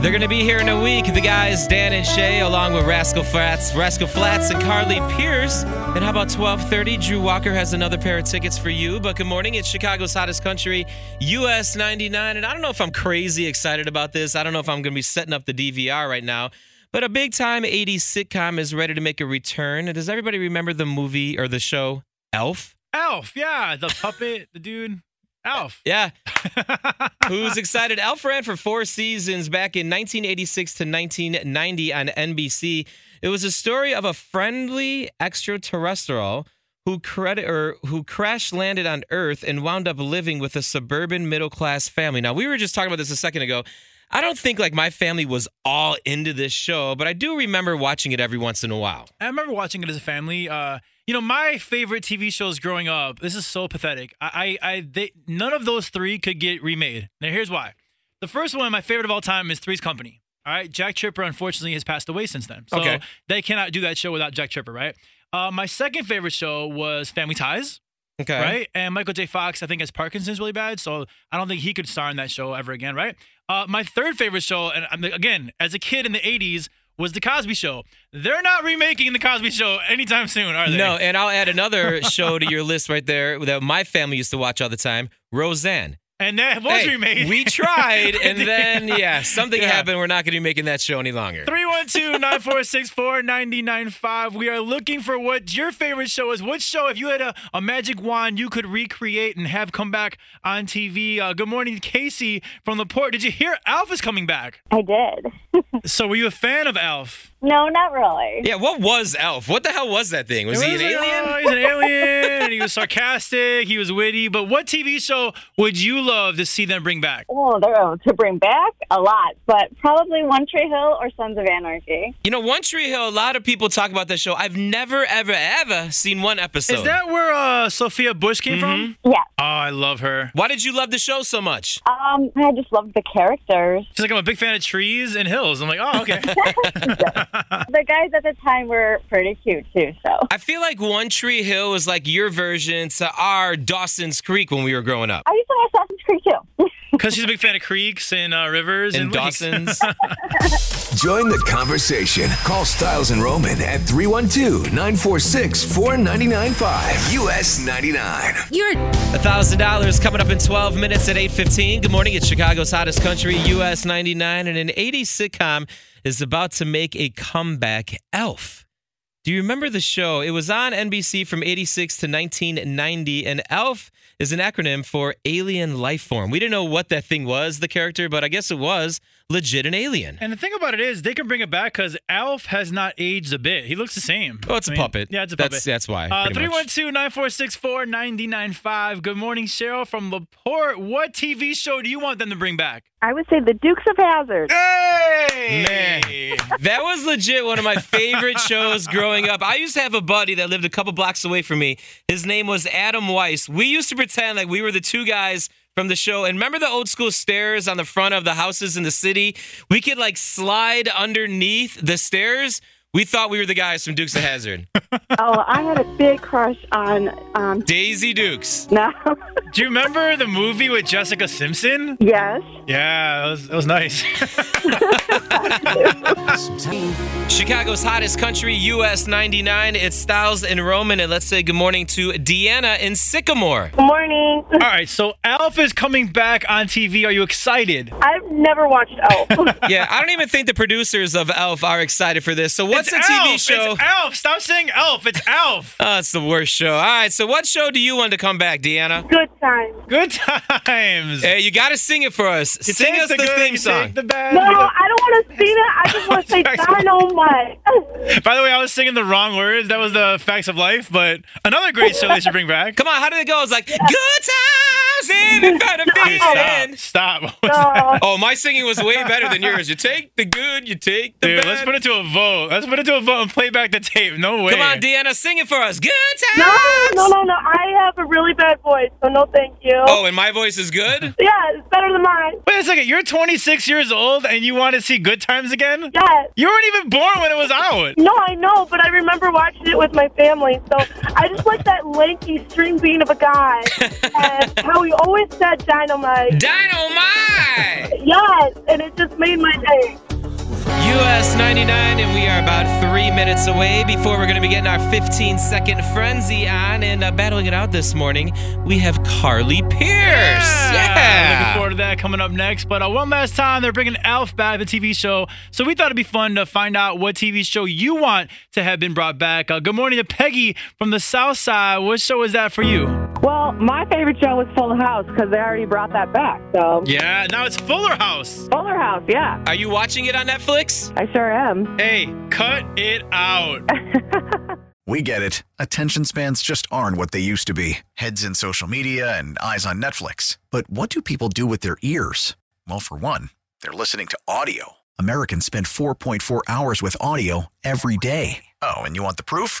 They're going to be here in a week. The guys Dan and Shay, along with Rascal Flats, Rascal Flats, and Carly Pierce. And how about 12:30? Drew Walker has another pair of tickets for you. But good morning. It's Chicago's hottest country, US 99. And I don't know if I'm crazy excited about this. I don't know if I'm going to be setting up the DVR right now. But a big time 80s sitcom is ready to make a return. And Does everybody remember the movie or the show Elf? Alf, yeah, the puppet, the dude, Alf. Yeah. Who's excited? Elf ran for four seasons back in 1986 to 1990 on NBC. It was a story of a friendly extraterrestrial who credit or who crash landed on Earth and wound up living with a suburban middle class family. Now we were just talking about this a second ago. I don't think like my family was all into this show, but I do remember watching it every once in a while. I remember watching it as a family. Uh, you know, my favorite TV shows growing up. This is so pathetic. I, I, I they, none of those three could get remade. Now, here's why. The first one, my favorite of all time, is Three's Company. All right, Jack Tripper unfortunately has passed away since then, so Okay. they cannot do that show without Jack Tripper, right? Uh, my second favorite show was Family Ties, Okay. right? And Michael J. Fox, I think, has Parkinson's really bad, so I don't think he could star in that show ever again, right? Uh, my third favorite show, and I'm- again, as a kid in the '80s, was The Cosby Show. They're not remaking The Cosby Show anytime soon, are they? No, and I'll add another show to your list right there that my family used to watch all the time, Roseanne. and that was Hey, remade. We tried, and then yeah, something Yeah. happened. We're not going to be making that show any longer. 312-946-4995. We are looking for what your favorite show is. What show, if you had a, a magic wand, you could recreate and have come back on TV? Uh, good morning, Casey from the port. Did you hear Alf is coming back? I did. So were you a fan of Alf? No, not really. Yeah, what was Elf? What the hell was that thing? Was he an It like, alien? "Oh, he's an alien. and he was sarcastic. He was witty. But what TV show would you love to see them bring back? Oh, they're oh, to bring back a lot, but probably One Tree Hill or Sons of Anarchy. You know, One Tree Hill. A lot of people talk about that show. I've never, ever, ever seen one episode. Is that where uh, Sophia Bush came from? Yeah. Oh, I love her. Why did you love the show so much? Um, I just loved the characters. She's like, I'm a big fan of trees and hills. I'm like, oh, okay. The guys at the time were pretty cute too. So I feel like One Tree Hill is like your version to our Dawson's Creek when we were growing up. I used to watch Assassin's Creed too. Because she's a big fan of creeks and uh, rivers And and, lakes. Dawson's. Join the conversation. Call Styles and Roman at 312 946 4995. US 99. $1,000 coming up in 12 minutes at 8.15. Good morning. It's Chicago's hottest country, US 99. And an 80s sitcom is about to make a comeback, Elf. Do you remember the show? It was on NBC from 86 to 1990. And Elf is an acronym for Alien Life Form. We didn't know what that thing was, the character, but I guess it was legit an alien. And the thing about it is, they can bring it back because Alf has not aged a bit. He looks the same. Oh, it's a puppet. Yeah, it's a That's- puppet. that's why, Uh, pretty much. 312 946 995. Good morning, Cheryl from LaPorte. What TV show do you want them to bring back? I would say the Dukes of Hazard. Hey! Man. That was legit one of my favorite shows growing up. I used to have a buddy that lived a couple blocks away from me. His name was Adam Weiss. We used to pretend like we were the two guys from the show. And remember the old school stairs on the front of the houses in the city? We could like slide underneath the stairs. We thought we were the guys from Dukes of Hazard. oh, I had a big crush on um Daisy Dukes. no. Do you remember the movie with Jessica Simpson? yes. Yeah, that was, that was nice. Chicago's hottest country, US 99. It's Styles and Roman. And let's say good morning to Deanna in Sycamore. Good morning. All right, so Alf is coming back on TV. Are you excited? I've never watched Elf. Yeah, I don't even think the producers of Elf are excited for this. So what's It's a TV Alf! show? It's Alf! Stop saying Alf! It's Alf! Oh, it's the worst show. All right, so what show do you want to come back, Deanna? Good times. Good times. Hey, you got to sing it for us. sing us the, good, theme you song. Take the bad. No, No, I don't want to see that. I just want to say Sorry. darn oh my. By the way, I was singing the wrong words. That was the facts of life, but another great show they should bring back. Come on, how did it go? It's like, good times in front of me. Stop. Stop. What was that? Oh, Oh, my singing was way better than yours. You take the good, you take the Dude, bad. let's put it to a vote. Let's put it to a vote and play back the tape. No way. Come on, Deanna, sing it for us. Good no, times. no, no, no. I have a really bad voice, so no thank you. Oh, and my voice is good. Yeah, it's better than mine. Wait a second. You're 26 years old and you want to see Good Times again? Yes. You weren't even born when it was out. No, I know, but I remember watching it with my family. So I just like that lanky string bean of a guy and how he always said dynamite. Dynamite. Yes, and it just made my day. US 99, and we are about three minutes away before we're going to be getting our 15 second frenzy on and uh, battling it out this morning. We have Carly Pierce. Looking Yeah. forward to that coming up next. But uh, one last time, they're bringing Alf back, the TV show. So we thought it'd be fun to find out what TV show you want to have been brought back. Uh, good morning to Peggy from the South Side. What show is that for you? Well, my favorite show was Full House because they already brought that back. So Yeah, now it's Fuller House. Fuller House, yeah, Are you watching it on Netflix? I sure am. Hey, cut it out. We get it. Attention spans just aren't what they used to be heads in social media and eyes on Netflix. But what do people do with their ears? Well, for one, they're listening to audio. Americans spend 4.4 hours with audio every day. Oh, and you want the proof?